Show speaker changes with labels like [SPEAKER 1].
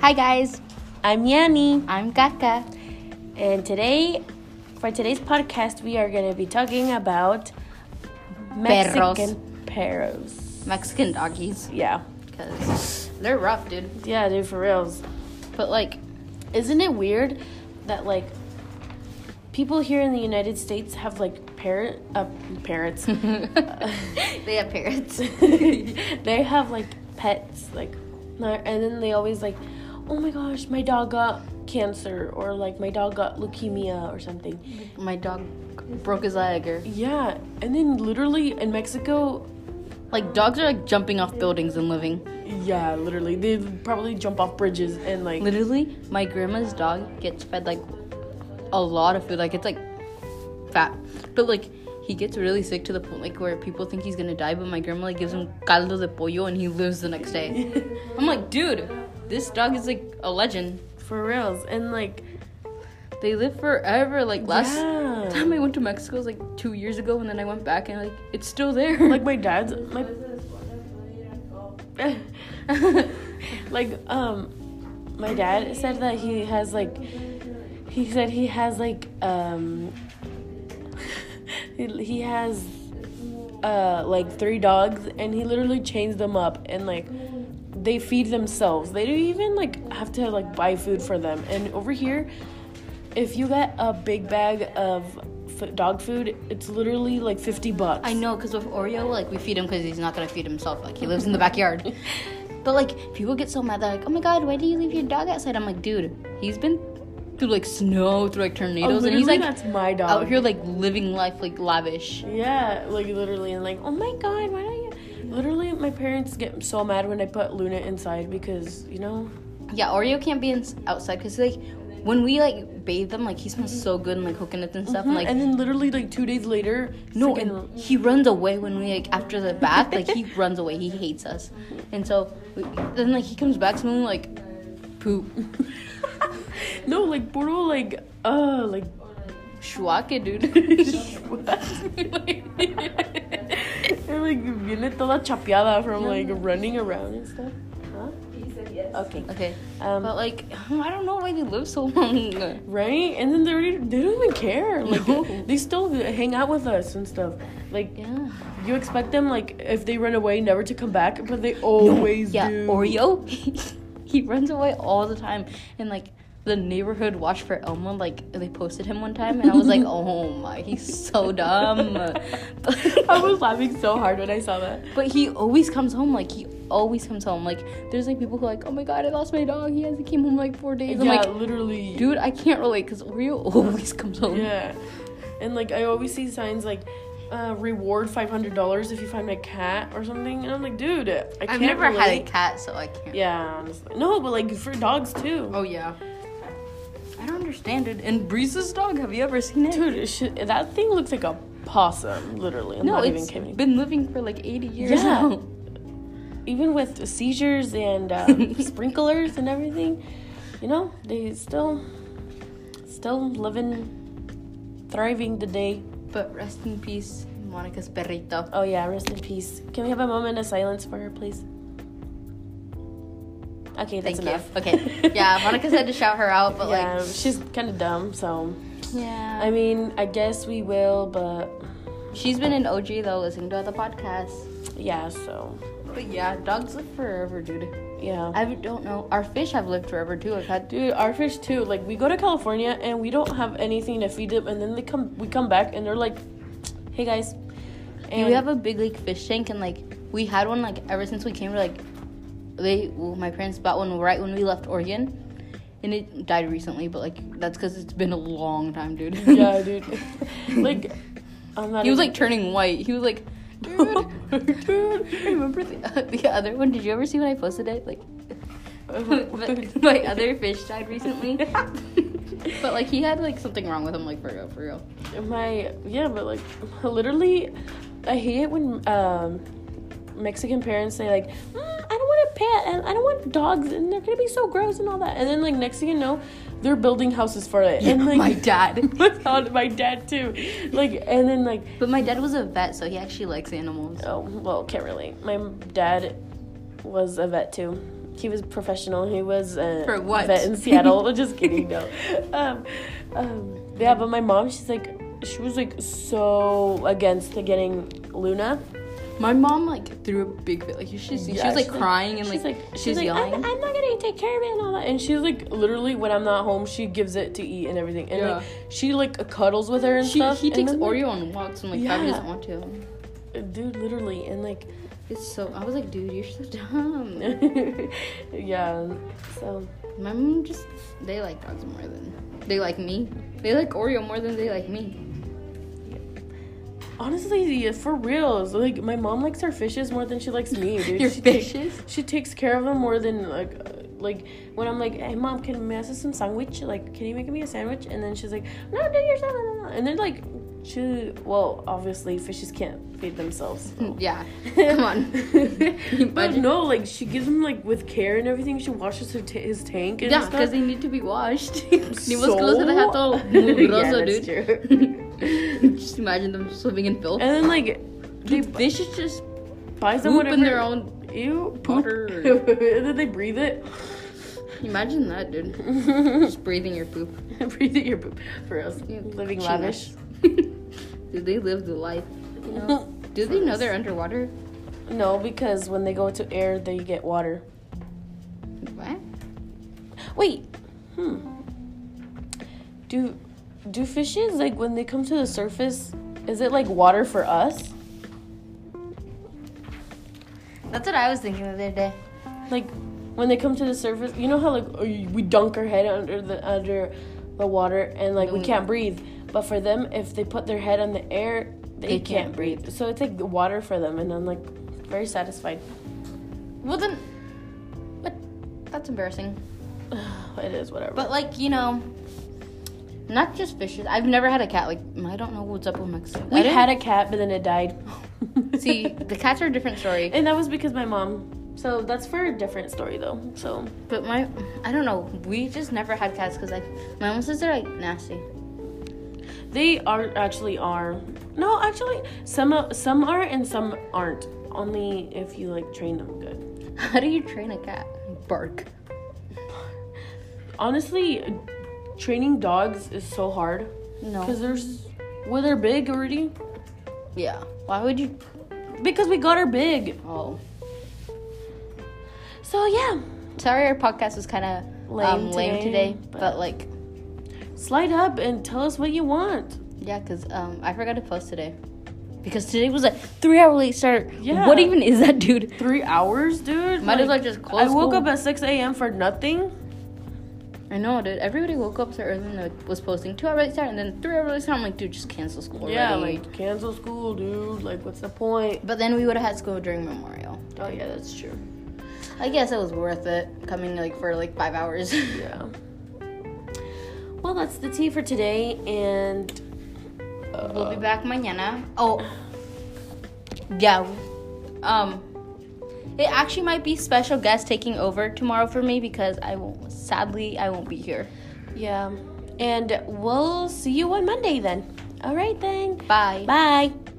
[SPEAKER 1] Hi guys,
[SPEAKER 2] I'm Yanni,
[SPEAKER 1] I'm Kaka.
[SPEAKER 2] and today, for today's podcast, we are going to be talking about
[SPEAKER 1] Perros.
[SPEAKER 2] Mexican perros.
[SPEAKER 1] Mexican doggies,
[SPEAKER 2] Yeah,
[SPEAKER 1] because they're rough, dude.
[SPEAKER 2] yeah, dude, for reals.
[SPEAKER 1] But like,
[SPEAKER 2] Isn't it weird that like people here in the United States have like parrot uh, parrots?
[SPEAKER 1] they have parents.
[SPEAKER 2] they have like pets, like, not- and then they always like, oh my gosh, my dog got cancer, or like my dog got leukemia or something.
[SPEAKER 1] My dog broke his leg, or
[SPEAKER 2] Yeah, and then literally in Mexico,
[SPEAKER 1] like dogs are like jumping off buildings and living.
[SPEAKER 2] yeah, literally they probably jump off bridges and like
[SPEAKER 1] Literally, my grandma's dog gets fed like a lot of food. Like it's like fat, but like he gets really sick to the point like where people think he's gonna die. But my grandma like gives him caldo de pollo and he lives the next day. I'm like, dude, this dog is like a legend.
[SPEAKER 2] for reals and like
[SPEAKER 1] They live forever. Like last
[SPEAKER 2] yeah.
[SPEAKER 1] time I went to Mexico was like two years ago, and then I went back and like it's still there.
[SPEAKER 2] like my dad's my like um my dad said that he has like he said he has like um he, he has uh like three dogs and he literally chains them up and like they feed themselves they don't even like have to like buy food for them and over here if you get a big bag of f- dog food it's literally like 50 bucks
[SPEAKER 1] I know, cause with Oreo, like we feed him because he's not gonna feed himself. Like he lives in the backyard. But like people get so mad, they're like, "Oh my god, why do you leave your dog outside?" I'm like, dude, he's been through like snow, through like tornadoes, and he's
[SPEAKER 2] Oh, literally,
[SPEAKER 1] like
[SPEAKER 2] that's my dog
[SPEAKER 1] out here like living life like lavish.
[SPEAKER 2] Yeah, like literally, and like, oh my god, why don't you? Literally, my parents get so mad when I put Luna inside because you know,
[SPEAKER 1] Yeah, Oreo can't be in- outside because like when we like bathe them, like he smells so good and like coconuts and stuff, and like
[SPEAKER 2] Mm-hmm. and then literally like two days later,
[SPEAKER 1] No,
[SPEAKER 2] freaking-
[SPEAKER 1] and he runs away when we like after the bath. Like he runs away. He hates us, and so we, then like he comes back smelling like poop.
[SPEAKER 2] no, like Porto, like, uh, like,
[SPEAKER 1] Schwake, dude.
[SPEAKER 2] and, like viene toda chapeada from like running around and stuff. Huh? Okay.
[SPEAKER 1] okay,
[SPEAKER 2] Um,
[SPEAKER 1] but like I don't know why they live so long.
[SPEAKER 2] right? And then they already- they don't even care. Like
[SPEAKER 1] No.
[SPEAKER 2] they still hang out with us and stuff. Like
[SPEAKER 1] Yeah,
[SPEAKER 2] You expect them like if they run away never to come back, but they always
[SPEAKER 1] yeah.
[SPEAKER 2] do.
[SPEAKER 1] Oreo, he runs away all the time, and like. The neighborhood watch for Elmo, like they posted him one time, and I was like, "Oh my, he's so dumb." But-
[SPEAKER 2] I was laughing so hard when I saw that.
[SPEAKER 1] But he always comes home. Like he always comes home. Like there's like people who are like, oh my god, I lost my dog. He hasn't came home in, like four days. I'm
[SPEAKER 2] yeah,
[SPEAKER 1] like,
[SPEAKER 2] literally.
[SPEAKER 1] dude, I can't relate because Oreo always comes home.
[SPEAKER 2] Yeah, and like I always see signs like uh, reward five hundred dollars if you find my cat or something, and I'm like, dude, I can't.
[SPEAKER 1] I've never had a
[SPEAKER 2] relate.
[SPEAKER 1] cat, so I can't.
[SPEAKER 2] Yeah, honestly. no, but like for dogs too.
[SPEAKER 1] Oh yeah. I don't understand it. And Breeze's dog. Have you ever seen it?
[SPEAKER 2] Dude, it should, that thing looks like a possum. Literally, I'm
[SPEAKER 1] no,
[SPEAKER 2] not
[SPEAKER 1] it's
[SPEAKER 2] even kidding.
[SPEAKER 1] been living for like 80 years
[SPEAKER 2] Yeah.
[SPEAKER 1] now.
[SPEAKER 2] even with seizures and um, sprinklers and everything, you know, they still, still living, thriving today.
[SPEAKER 1] But rest in peace, Monica's perrito.
[SPEAKER 2] Oh yeah, rest in peace. Can we have a moment of silence for her, please? Okay,
[SPEAKER 1] Thank
[SPEAKER 2] that's enough.
[SPEAKER 1] you. Okay. Yeah, Monica's had to shout her out, but
[SPEAKER 2] yeah,
[SPEAKER 1] like,
[SPEAKER 2] she's kind of dumb. So,
[SPEAKER 1] yeah.
[SPEAKER 2] I mean, I guess we will, but
[SPEAKER 1] She's been in OG though, listening to other podcasts.
[SPEAKER 2] yeah. So,
[SPEAKER 1] But yeah, dogs live forever, dude.
[SPEAKER 2] yeah.
[SPEAKER 1] I don't know. Our fish have lived forever too. I've had
[SPEAKER 2] Dude, our fish too. Like we go to California and we don't have anything to feed them, and then they come. We come back and they're like, "Hey guys," and
[SPEAKER 1] we have a big like fish tank, and like we had one like ever since we came to like they. Well, my parents bought one right when we left Oregon, and it died recently. But like that's because it's been a long time, dude.
[SPEAKER 2] yeah, dude. like, I'm not.
[SPEAKER 1] he was
[SPEAKER 2] even-
[SPEAKER 1] like turning white. He was like, dude, dude. Remember the, uh, the other one? Did you ever see when I posted it? Like. but my other fish died recently. but like he had like something wrong with him, like for real, for real.
[SPEAKER 2] my yeah, but like literally, I hate it when um, Mexican parents say like, mm, "I don't want a pet and I don't want dogs and they're gonna be so gross and all that," and then like next thing you know, they're building houses for it. and like,
[SPEAKER 1] my dad.
[SPEAKER 2] my, my dad too. Like, and then like.
[SPEAKER 1] But my dad was a vet, so he actually likes animals.
[SPEAKER 2] Oh, well, can't relate. My dad was a vet too. he was professional. He was a
[SPEAKER 1] For what?
[SPEAKER 2] vet in Seattle. Just kidding, no. Um, um, yeah, but my mom, she's like, she was like so against the getting Luna.
[SPEAKER 1] My mom like threw a big fit. Like you should see, she
[SPEAKER 2] Yeah,
[SPEAKER 1] was like crying and
[SPEAKER 2] she's
[SPEAKER 1] like,
[SPEAKER 2] like
[SPEAKER 1] she was
[SPEAKER 2] like,
[SPEAKER 1] yelling.
[SPEAKER 2] I'm, I'm not gonna take care of it and all that. And she's like, literally, when I'm not home, she gives it to eat and everything. And like,
[SPEAKER 1] Yeah.
[SPEAKER 2] she like cuddles with her and
[SPEAKER 1] she,
[SPEAKER 2] stuff.
[SPEAKER 1] he
[SPEAKER 2] and
[SPEAKER 1] takes
[SPEAKER 2] I'm like,
[SPEAKER 1] Oreo on walks and like Fabi
[SPEAKER 2] Yeah.
[SPEAKER 1] doesn't want to.
[SPEAKER 2] dude, literally, and like,
[SPEAKER 1] It's so I was like, dude, you're so dumb.
[SPEAKER 2] yeah. So
[SPEAKER 1] My mom just they like dogs more than they like me. They like Oreo more than they like me.
[SPEAKER 2] honestly, yeah, for real, so, like my mom likes her fishes more than she likes me, dude.
[SPEAKER 1] Your
[SPEAKER 2] she ta-
[SPEAKER 1] fishes?
[SPEAKER 2] she takes care of them more than like. uh, Like when I'm like, hey mom, can you make us some sandwich? Like, can you make me a sandwich? And then she's like, no, do it yourself. blah, blah, blah." And then like, she well, obviously fishes can't feed themselves.
[SPEAKER 1] yeah. Come on.
[SPEAKER 2] Oh. but
[SPEAKER 1] Budget.
[SPEAKER 2] no, like she gives him like with care and everything. She washes her ta his tank and
[SPEAKER 1] Yeah,
[SPEAKER 2] stuff.
[SPEAKER 1] because they need to be washed. Ni was
[SPEAKER 2] So-
[SPEAKER 1] close to have todo
[SPEAKER 2] Yeah,
[SPEAKER 1] mugroso,
[SPEAKER 2] that's
[SPEAKER 1] dude. just imagine them swimming in filth.
[SPEAKER 2] And then like they
[SPEAKER 1] Dude, they should just
[SPEAKER 2] buy them
[SPEAKER 1] poop
[SPEAKER 2] whatever.
[SPEAKER 1] in their own.
[SPEAKER 2] Ew, poop.
[SPEAKER 1] Water.
[SPEAKER 2] and then they breathe it.
[SPEAKER 1] Imagine that, dude.
[SPEAKER 2] breathe
[SPEAKER 1] Just breathing your poop.
[SPEAKER 2] it your poop for us.
[SPEAKER 1] Yeah,
[SPEAKER 2] Living
[SPEAKER 1] chinas.
[SPEAKER 2] lavish.
[SPEAKER 1] Dude, they live the life. You know? Do they know they're underwater?
[SPEAKER 2] No, because when they go to air, they get water.
[SPEAKER 1] What?
[SPEAKER 2] Wait. Hmm. Do do fishes like when they come to the surface? Is it like water for us?
[SPEAKER 1] That's what I was thinking the other day.
[SPEAKER 2] like when they come to the surface you know how like uh, we dunk our head under the under the water and like we
[SPEAKER 1] Mm.
[SPEAKER 2] can't breathe but for them if they put their head on the air they,
[SPEAKER 1] They
[SPEAKER 2] can't,
[SPEAKER 1] can't
[SPEAKER 2] breathe. so it's like the water for them and i'm like very satisfied
[SPEAKER 1] Well, then. But that's embarrassing.
[SPEAKER 2] it is whatever
[SPEAKER 1] But, like, you know. Not just fishes. I've never had a cat. Like, I don't know what's up with my
[SPEAKER 2] we had a cat but then it died
[SPEAKER 1] See, the cats are a different story.
[SPEAKER 2] and that was because my mom so that's for a different story though so
[SPEAKER 1] But my, I don't know. We just never had cats because like my mom says they're like nasty.
[SPEAKER 2] they are actually are no actually some some are and some aren't only if you like train them good
[SPEAKER 1] How do you train a cat? Bark.
[SPEAKER 2] honestly training dogs is so hard
[SPEAKER 1] No.
[SPEAKER 2] because there's well they're big already
[SPEAKER 1] Yeah. Why would you?
[SPEAKER 2] because we got her big
[SPEAKER 1] Oh.
[SPEAKER 2] so yeah
[SPEAKER 1] Sorry, our podcast was kind of
[SPEAKER 2] Lame
[SPEAKER 1] um, lame
[SPEAKER 2] today,
[SPEAKER 1] today, but,
[SPEAKER 2] but-
[SPEAKER 1] like,
[SPEAKER 2] slide up and tell us what you want
[SPEAKER 1] yeah, cause um, I forgot to post today because today was a three-hour late start.
[SPEAKER 2] Yeah.
[SPEAKER 1] What even is that, dude?
[SPEAKER 2] three hours dude
[SPEAKER 1] Might as well just close
[SPEAKER 2] i woke
[SPEAKER 1] school.
[SPEAKER 2] up at 6 a.m for nothing
[SPEAKER 1] I know, dude. Everybody woke up so early and like, was posting two-hour late start and then three-hour late start. I'm like, dude, just cancel school. Already.
[SPEAKER 2] yeah like cancel school dude like what's the point
[SPEAKER 1] But then we would have had school during Memorial.
[SPEAKER 2] oh yeah that's true
[SPEAKER 1] I guess it was worth it coming like for like five hours.
[SPEAKER 2] yeah well that's the tea for today and uh,
[SPEAKER 1] We'll be back mañana. Oh, yeah. Um, it actually might be special guest taking over tomorrow for me because I won't. Sadly, I won't be here.
[SPEAKER 2] yeah and we'll see you on monday then all right then
[SPEAKER 1] Bye.
[SPEAKER 2] bye